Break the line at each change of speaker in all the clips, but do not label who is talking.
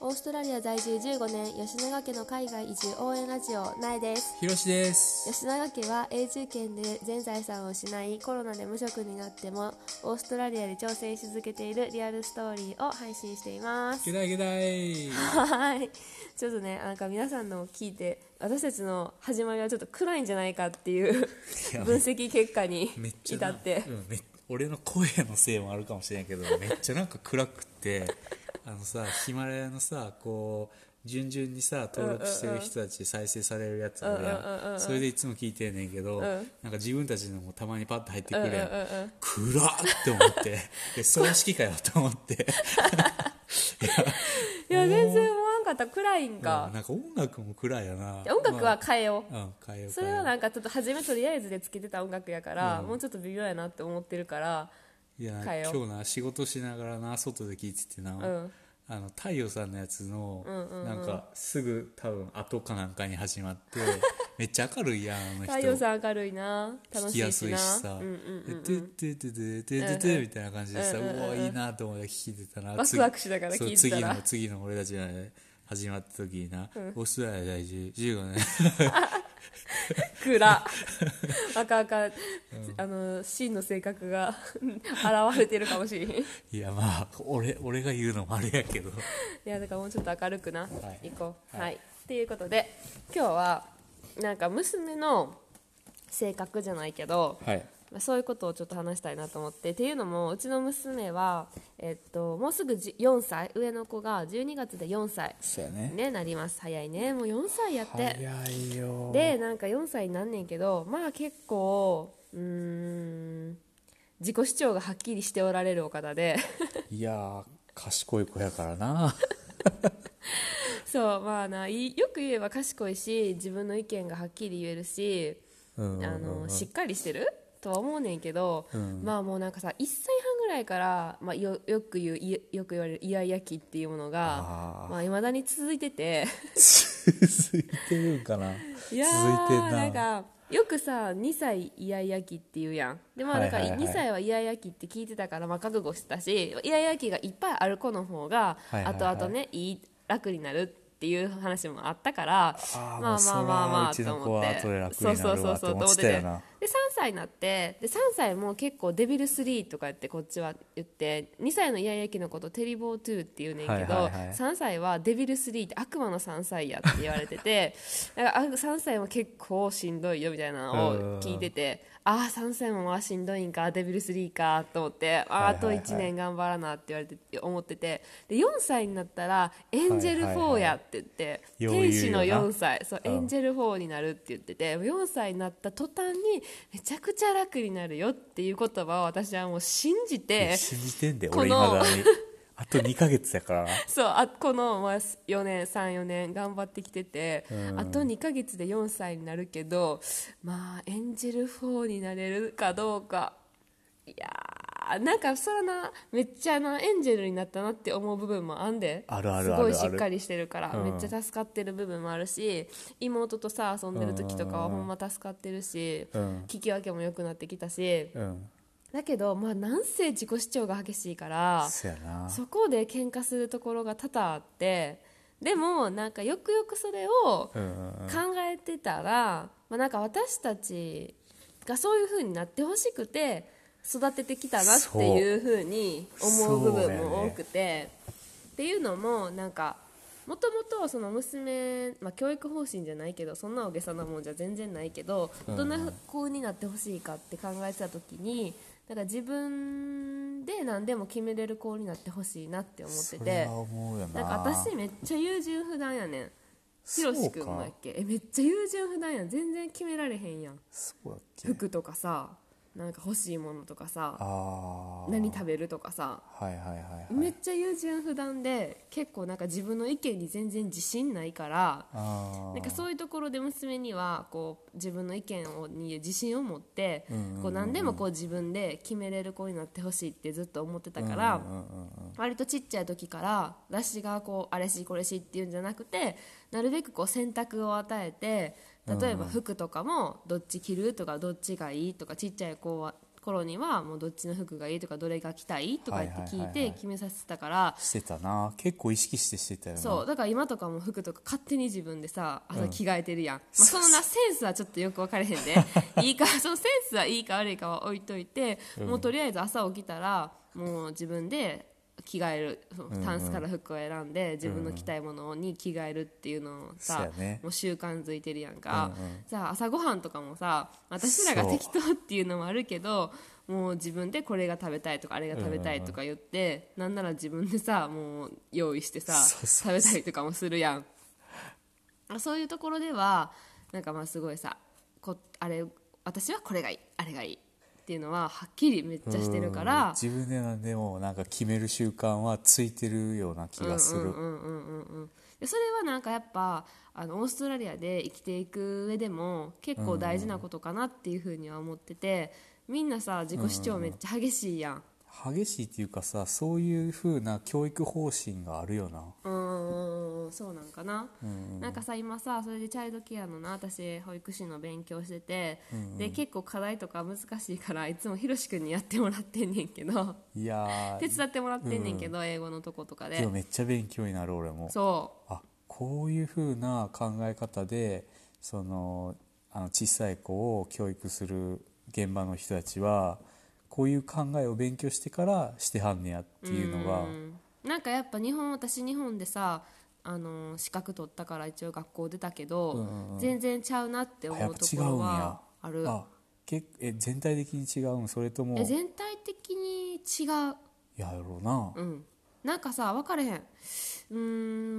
オーストラリア在住15年吉永家の海外移住応援ラジオ苗です
ひろしです。
吉永家は永住権で全財産を失いコロナで無職になってもオーストラリアで挑戦し続けているリアルストーリーを配信しています
ゲダイゲダ イ。
はいちょっとねなんか皆さんのを聞いて私たちの始まりはちょっと暗いんじゃないかっていう
や
分析結果に
めっちゃ
至
な
って
うんめっ俺の声のせいもあるかもしれん けど、めっちゃなんか暗くって、あのさ、ヒマラヤのさ、こう、順々にさ、登録してる人たち再生されるやつある
うんうんうんう
やん。それでいつも聞いてんねんけど、なんか自分たちのもたまにパッと入ってくるやん。暗っって 思って、で葬式かよと思って。
いや全然思わんかった暗いんか
うん、なんか音楽も暗いよな。
音楽は変えよう、
まあ、うん、変えよう
それは
変えよ
なんかちょっと初めとりあえずでつけてた音楽やから、もうちょっと微妙やなって思ってるから
ういや
変えよう
今日な仕事しながらな外で聴いててな、
ん
あの太陽さんのやつの、なんかすぐ多分後かなんかに始まって めっちゃ明るいやんあの人
太陽さん明るいな
聴
楽し
き
い
や
し
すい
な
しさ
うん
「でててててててて」みたいな感じでさ、うわいいなと思って聴いてたな
ワクワクしながら
そう
聴いてたら
次の次の俺たちがね始まった時にな、オーストラリア在住15年
暗赤赤、あの真の性格が 現れてるかもしれんい
いやまあ俺俺が言うのもあれやけど
やだからもうちょっと明るくな、
い
行こう
はい
はい、っていうことで今日はなんか娘の性格じゃないけど、
はい
まあ、そういうことをちょっと話したいなと思ってっていうのもうちの娘は、えっと、もうすぐじ4歳上の子が12月で4歳、
そうやね
ね、なります早いねもう4歳やって
早いよ
でなんか4歳になんねんけどまあ結構うーん自己主張がはっきりしておられるお方で
いやー賢い子やか らな
そうまあないよく言えば賢いし自分の意見がはっきり言えるし
うん
あのしっかりしてるとは思うねんけど、まあもうなんかさ1歳半ぐらいから、まあ、よよく言ういよく言われるイヤイヤ期っていうものが
あー
まあ、未だに続いてて
続いてるんかな続
い
い
や
てん
ー
な
なんかよくさ2歳イヤイヤ期っていうやんでまあ
は
だ
い
か
はいはい
ら2歳はイヤイヤ期って聞いてたから、まあ、覚悟してたしイヤイヤ期がいっぱいある子の方が
はいはいはい
後々ねいい楽になるっていう話もあったから
あー
まあまあまあまあと思って
もうそらうち
そ
の
う
子は後で楽になるわって思っ
そうそうそうそ
てたよ
うと思
な
っててで3歳になってで3歳も結構デビル3とか言ってこっちは言って2歳のイヤイヤ期のことテリボー2っていうねんけど、
はいはいはい
3歳はデビル3って悪魔の3歳やって言われて てだからあ3歳も結構しんどいよみたいなのを聞いててああ3歳もまあしんどいんかデビル3かと思ってああ
はいはい
あと
はい
1年頑張らなって言われて思っててで4歳になったらエンジェル
はいはいは
4
い
やって言って
よう言うよ
天
な
使の4歳そうエンジェル4になるって言ってて4歳になった途端にめちゃくちゃ楽になるよっていう言葉を私はもう信じて
信じてんで
こ
俺い
の
まだにあと2ヶ月やからな
そうあこのまあ4年34年頑張ってきてて、あと2ヶ月で4歳になるけどまあエンジェル4になれるかどうかいやーなんかそらなめっちゃなエンジェルになったなって思う部分もあんで
あるあるあるある
すごいしっかりしてるから、
うん
めっちゃ助かってる部分もあるし妹とさ遊んでる時とかはほんま助かってるし、
うん
聞き分けも良くなってきたし、
うん
だけどまあなんせ自己主張が激しいから
そやな
そこで喧嘩するところが多々あってでもなんかよくよくそれを考
うんうん
えてたら、まあ、なんか私たちがそういう風になってほしくて育ててきたなっていう風に思う部分も多くて、っていうのもなんかもともとその娘、まあ、教育方針じゃないけどそんな大げさなもんじゃ全然ないけど
うん
どんな子になってほしいかって考えてた時にだから自分で何でも決めれる子になってほしいなって思って
そ
て
れは思うよな
なんか私めっちゃ優柔不断やねんひろしくんもやっけえめっちゃ優柔不断やん全然決められへんやん
そうだっけ
服とかさなんか欲しいものとかさ
ああ
何食べるとかさ
はいはいはいは
め
い
っちゃ優柔不断で結構なんか自分の意見に全然自信ないから
あ
なんかそういうところで娘にはこう自分の意見をに自信を持ってこう何でもこう自分で決めれる子になってほしいってずっと思ってたから割とちっちゃい時から私がこうあれしこれしっていうんじゃなくてなるべくこう選択を与えて例えば服とかもどっち着るとかどっちがいいとかちっちゃい子は頃にはもうどっちの服がいいとかどれが着たいとかって聞
はいはい
い
はいは
て
い
決めさせてたから
してたな結構意識してしてたよな
そうだから今とかも服とか勝手に自分でさ朝着替えてるやん、まあ、そのなセンスはちょっとよく分かれへん でいいかそのセンスはいいか悪いかは置いといて、もうとりあえず朝起きたらもう自分で着替えるタンスから服を選んで自分の着たいものに着替えるっていうのを
そう
さ
や、ね
もう習慣づいてるやんか、さあ朝ごはんとかもさ私らが適当っていうのもあるけどもう自分でこれが食べたいとかあれが食べたいとか言って、なんなら自分でさもう用意してさ
そうそう
食べたりとかもするやんあそういうところではなんかまあすごいさこあれ私はこれがいいあれがいいっていうのははっきりめっちゃしてるか
うん
ら
自分でなんでもなんか決める習慣はついてるような気がする、
うんうんうんうんうんでそれはなんかやっぱあのオーストラリアで生きていく上でも結構大事なことかなっていうふうには思っててみんなさ自己主張めっちゃ激しいやん。
激しいっていうかさそういう風な教育方針があるよな
うんうんうんそうなんかな、なんかさ今さそれでチャイルドケアのな私保育士の勉強してて、で結構課題とか難しいからいつもひろしくんにやってもらってんねんけど
いや
手
ー
伝ってもらってんねんけど、英語のとことか
で
で
もめっちゃ勉強になる俺も
そ
あこういう風な考え方でそのあの小さい子を教育する現場の人たちはこういう考えを勉強してからしてはんねやっていうのが
うなんかやっぱ日本私日本でさあの資格取ったから一応学校出たけど、全然ちゃうなって
あ
思
やっ
う
ぱ
と
違
こ
う
ろ
んや
はある
けえ全体的に違うんそれとも
え全体的に違う
やろうな、
うん、なんかさ分かれへんうー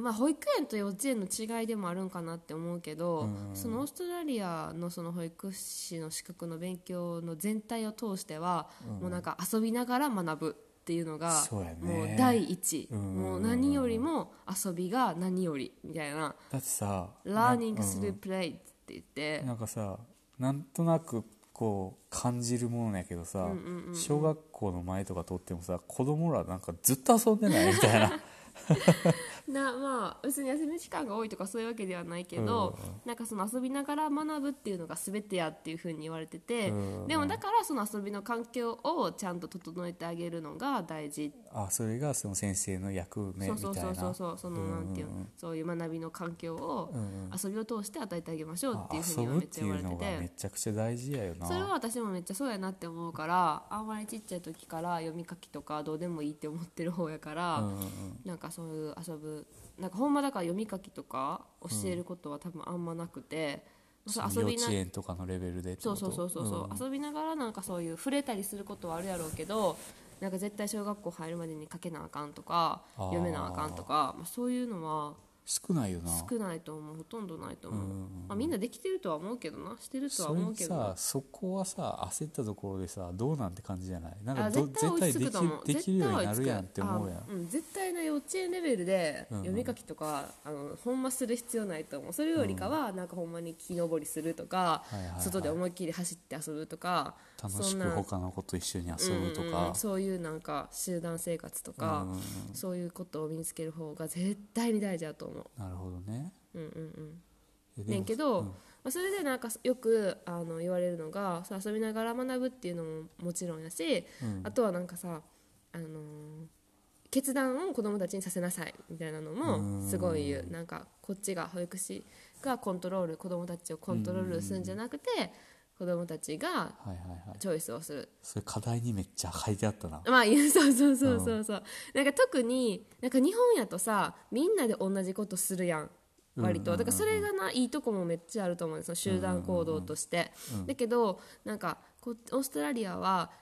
ん、まあ、保育園と幼稚園の違いでもあるんかなって思うけどそのオーストラリアのその保育士の資格の勉強の全体を通しては、もうなんか遊びながら学ぶっていうのが
そうやね
もう第一、
ん
もう何よりも遊びが何よりみたいな
だってさ
「ラーニングするプレイ」って言って、
なんかさなんとなくこう感じるものやけどさ、小学校の前とか通ってもさ子供らなんかずっと遊んでないみたいな
なまあ別に休み時間が多いとかそういうわけではないけど、なんかその遊びながら学ぶっていうのが全てやっていうふうに言われてて、
うん
でもだからその遊びの環境をちゃんと整えてあげるのが大事、
あそれがその先生の役目みたい
そ
な
うそうそうそうそうその
うんうんう
なんんていうの、そういう学びの環境を遊びを通して与えてあげましょうっていうふう
あ
に
遊
は
ぶっ
めっち
て
ゃ
い
言わ
う
れて
のがめ
て。
ちゃくちゃ大事やよな
それは私もめっちゃそうやなって思うからあんまりちっちゃい時から読み書きとかどうでもいいって思ってる方やから、
うんうんうん
なんかそういう遊ぶなんかほんまだから読み書きとか教えることは多分あんまなくて、そう
そ
遊
の
び
幼
な
稚園とかのレベルでって
そ
こ
う
と
そうそうそうそう、遊びながらなんかそういう触れたりすることはあるやろうけどなんか絶対小学校入るまでに書けなあかんとか
あー
読めなあかんとか、まあ、そういうのは
少ないよな
少ないと思うほとんどないと思う、まあ、みんなできてるとは思うけどなしてるとは
それ
思う
に
けど
さ
な
そこはさ焦ったところでさどうなんて感じじゃないなんか
あ
ど
絶対追いつく
絶
と思う
対できできるようになるやんって
絶対
思
追
う
い
や
つく
ん
あうん、絶対な幼稚園レベルで読み書きとか、あのほんまする必要ないと思うそれよりかは、なんかほんまに木登りするとか、
いはいはい
外で思いっきり走って遊ぶとか
楽し
そん
く
な
他の子と一緒に遊ぶと
うんうんう
か
んそういうなんか集団生活とか、そういうことを身につける方が絶対に大事だと思う
なるほどね
うんうんうん
えで
ね
も
んけど、まあ、それでなんかよくあの言われるのがそう遊びながら学ぶっていうのももちろんやし、あとはなんかさ、あのー決断を子どもたちにさせなさいみたいなのもすごい言うなんかこっちが保育士がコントロール子どもたちをコントロールするんじゃなくて子どもたちが
はいはいはい
チョイスをする
それ課題にめっちゃ書いてあったな
まあ、いやそうそうそうそうそう、なんか特になんか日本やとさみんなで同じことするやん割と、だからそれがないいとこもめっちゃあると思うんですよ集団行動として、だけどなんかこオーストラリアは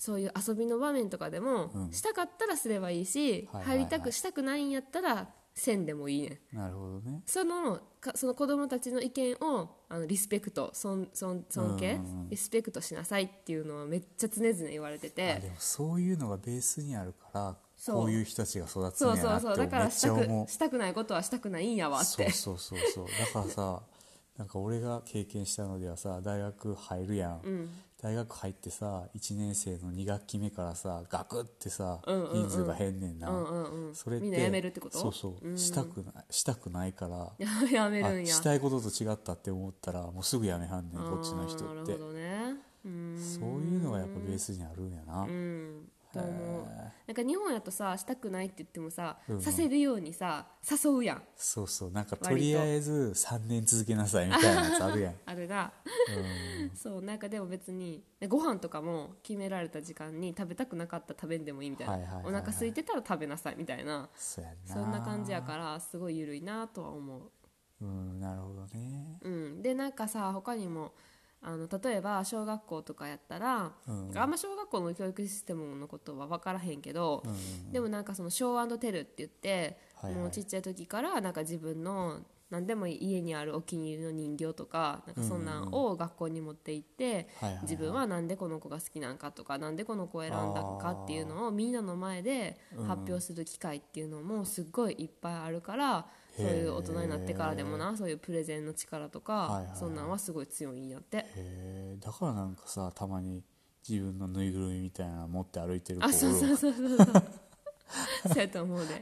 そういう遊びの場面とかでも、したかったらすればいいし、
はいはいは
入
い
りたくしたくないんやったらせんでもいいねん
なるほどね
そのかその子供たちの意見をあのリスペクト尊尊尊敬リスペクトしなさいっていうのはめっちゃ常々言われてて
あでもそういうのがベースにあるから
そう
こういう人たちが育つ
そ
ん
う
や
そ
な
う
って
そうだか
め
ら
っ
し
ち
た
ゃ思う
くしたくないことはしたくないんやわっ
そ
て
うそうそうそうだからさなんか俺が経験したのではさ大学入るやん、大学入ってさ1年生の2学期目からさガクってさ、人数が減んねんな、
うんうんうん
それって
みんな辞めるってこと
そうそう、したくないしたくないから
やめる
あ
んや
したいことと違ったって思ったらもうすぐやめはんねん
あー
こっちの人っ
な
て
るほどねうーん
そういうのがやっぱベースにあるんやな、
うんと思う
へ
なんか日本やとさしたくないって言ってもさ、
うん
させるようにさ誘うやん
そうそうなんか
割と
とりあえず3年続けなさいみたいなやつ あるやん
あれだ そうなんかでも別にでご飯とかも決められた時間に食べたくなかったら食べんでもいいみたいな、
はいはいはいは
お
い
腹空いてたら食べなさいみたいな
そうやんな
そんな感じやからすごい緩いなとは思う
うんなるほどね
うん、でなんかさ他にもあの例えば小学校とかやったら、
うん
あんま小学校の教育システムのことは分からへんけど、でもなんかその「ショーテル」って言って、
はいはい
もうちっちゃい時からなんか自分の何でもいい家にあるお気に入りの人形とかなんかそんなんを学校に持って行って、
はいはいはい
自分はなんでこの子が好きなんかとかなんでこの子を選んだかっていうのをみんなの前で発表する機会っていうのもすっごいいっぱいあるから、
へ
そう
ー
いう大人になってからでもなそういうプレゼンの力とか、
いはいはい
そんなんはすごい強いんやって
へえだからなんかさたまに自分のぬいぐるみみたいなの持って歩いてる子
あそうそうそうそうそうそうやと思うでい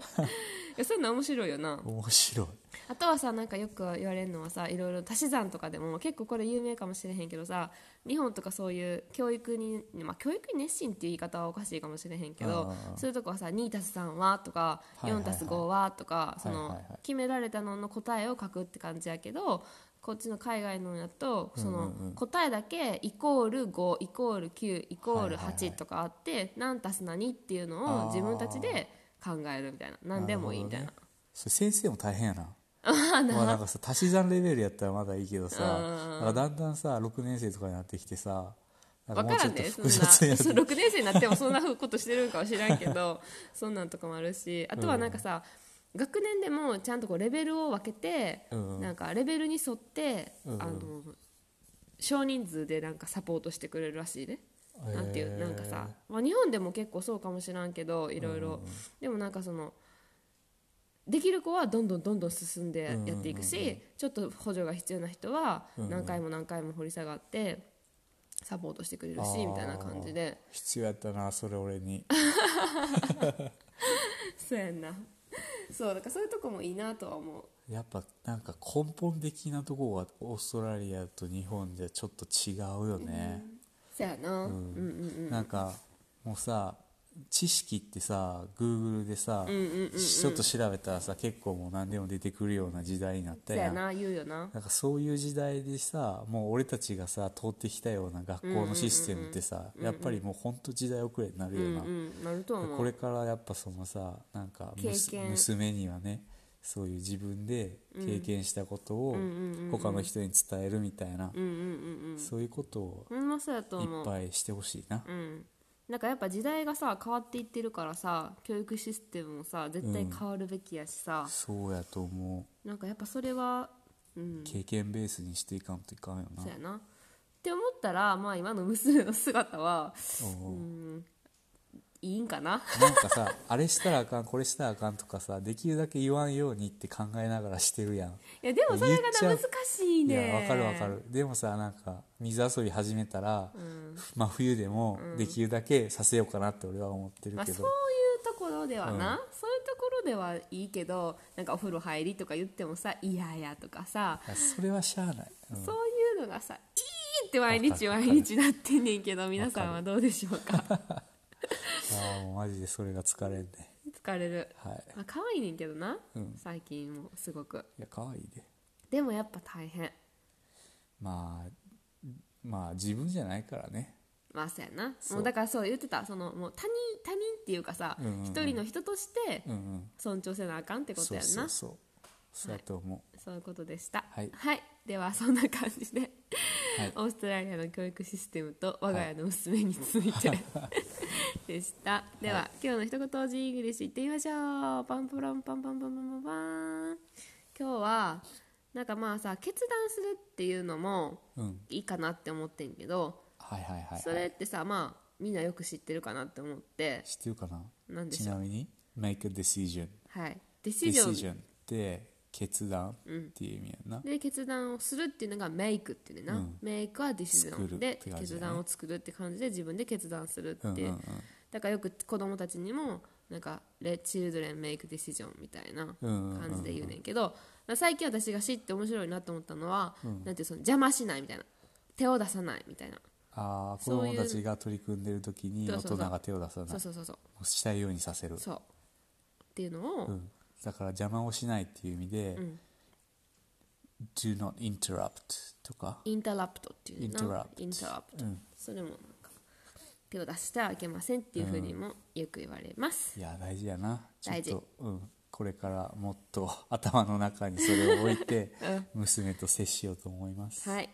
やそういうの面白いよな
面白い
あとはさなんかよく言われるのはさいろいろ足し算とかでも結構これ有名かもしれへんけどさ日本とかそういう教育に、まあ、教育に熱心っていう言い方はおかしいかもしれへんけど
あ
そういうとこはさ 2+3 はとか
はいはいはい
4+5 はとかそ
はい
の
はいはい
決められたのの答えを書くって感じやけどこっちの海外のやとその答えだけイコール5イコール9イコール
はいはいはい
8とかあって何足す何っていうのを自分たちで考えるみたいな何でもいいみたいな
るほどねそれ先生も大変 やなまあなんかさ足し算レベルやったらまだいいけどさなんかだんだんさ6年生とかになってきてさなんか
分
も
か
うち
ら
ょっ
ん
と
でそん
複
な
雑になって
そう6年生になってもそんなことしてるんかは知らんけど そんなんとかもあるしあとはなんかさ、学年でもちゃんとこうレベルを分けて、
うん
なんかレベルに沿って、
うん
あの少人数でなんかサポートしてくれるらしいね。
へー
なんていうなんかさ、まあ、日本でも結構そうかもしらんけどいろいろでもなんかそのできる子はどんどんどんどん進んでやっていくし、ちょっと補助が必要な人は何回も何回も掘り下がってサポートしてくれるし、
あー
みたいな感じで
必要やったなそれ俺に
そうやんなそうだからそういうとこもいいなとは思う
やっぱなんか根本的なとこがオーストラリアと日本じゃちょっと違うよね、
そうやな、うん、うん
なんかもうさ知識ってさ Google でさ、ちょっと調べたらさ結構もう何でも出てくるような時代になった
そうや
やん
な言うよな
なんかそういう時代でさもう俺たちがさ通ってきたような学校のシステムってさ、やっぱりもうほんと時代遅れになるような、
うんなると思う
これからやっぱそのさなんかむす
経験
娘にはねそういう自分で経験したことを他の人に伝えるみたいな、
うんうんうんうん
そういうことを
ほんまそうやと
いっ
思う
ぱいしてほしいな、
うん、なんかやっぱ時代がさ変わっていってるからさ教育システムもさ絶対変わるべきやしさ、
そうやと思う
なんかやっぱそれはうん
経験ベースにしていかんといかんよな
そうやなって思ったらまあ今の娘の姿は
おう
いいんかな
なんかさあれしたらあかんこれしたらあかんとかさできるだけ言わんようにって考えながらしてるやん
いやでもそれがな
言
難
っちゃう
しい
い
ね
やわかるわかるでもさなんか水遊び始めたら、まあ冬でもできるだけさせようかなって俺は思ってる
まあ、
け
そう
ど、
いうところではな、そういうところではいいけどなんかお風呂入りとか言ってもさ「いやいや」とかさ、
いやそれはしゃあない、うん
そういうのがさ「いい!」って毎日
わかる
毎日なってんねんけど皆さんはどうでしょうか
ああもうマジでそれが疲れんね
疲れる
はい
まあ可愛いねんけどな、
うん
最近もすごく
いや可愛いで
でもやっぱ大変
まあまあ自分じゃないからね
まあそうやな
そう
もうだからそう言ってたそのもう他人他人っていうかさ
うんうんうん
一、人の人として
うんうん
尊重せなあかんってこと
そ
や
うん
な
そ
そう
うそうそうやと思
いうことでした
はい
ではそんな感じで、
はい
オーストラリアの教育システムと我が家の娘について、 でしたでは、今日の一言おじイングリッシュいってみましょうパンポロンパンパンパンパンパンパン今日はなんかまあさ決断するっていうのも
う、うん
いいかなって思ってんけど
はいはいはい、はい、
それってさまあみんなよく知ってるかなって思って
知ってるかな
なんでし
ち
ょう
なみに make a decision
はいディシジョン
decision って決断っていう意味やんな、
で決断をするっていうのがメイクっていうねんな、
うん
メイクはディシジョ
作る
ン
って
で
感じだね
決断を作るって感じで自分で決断するっていう、
うんうんうん
だからよく子供たちにもなんか「レ・チルドレン・メイク・ディシジョン」みたいな
うんうんうんうん
感じで言うねんけど、まあ最近私が知って面白いなと思ったのは、なんていうその邪魔しないみたいな手を出さないみたいな
ああ子
そういう
供たちが取り組んでる時に
そう
大
そうそ
人
う
が手を出さない
そうそうそうそう
したいようにさせる
そうっていうのを、
うん、だから邪魔をしないっていう意味で「
ん
do not interrupt」とか
インタラプトっていうのな
interrupt
インタラプト、
うん
それもなんか手を出してはいけませんっていうふうにもよく言われます、
いや大事やなちょっ
大事
と、うん、これからもっと頭の中にそれを置い て、娘と接しようと思います、
はいっ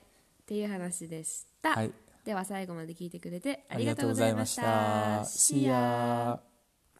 ていう話でした、
はい
では最後まで聞いてくれてあ
あ
りが
りが
と
と
うご
うご
ざ
ざ
い
い
ま
ま
し
したた
See ya.
See ya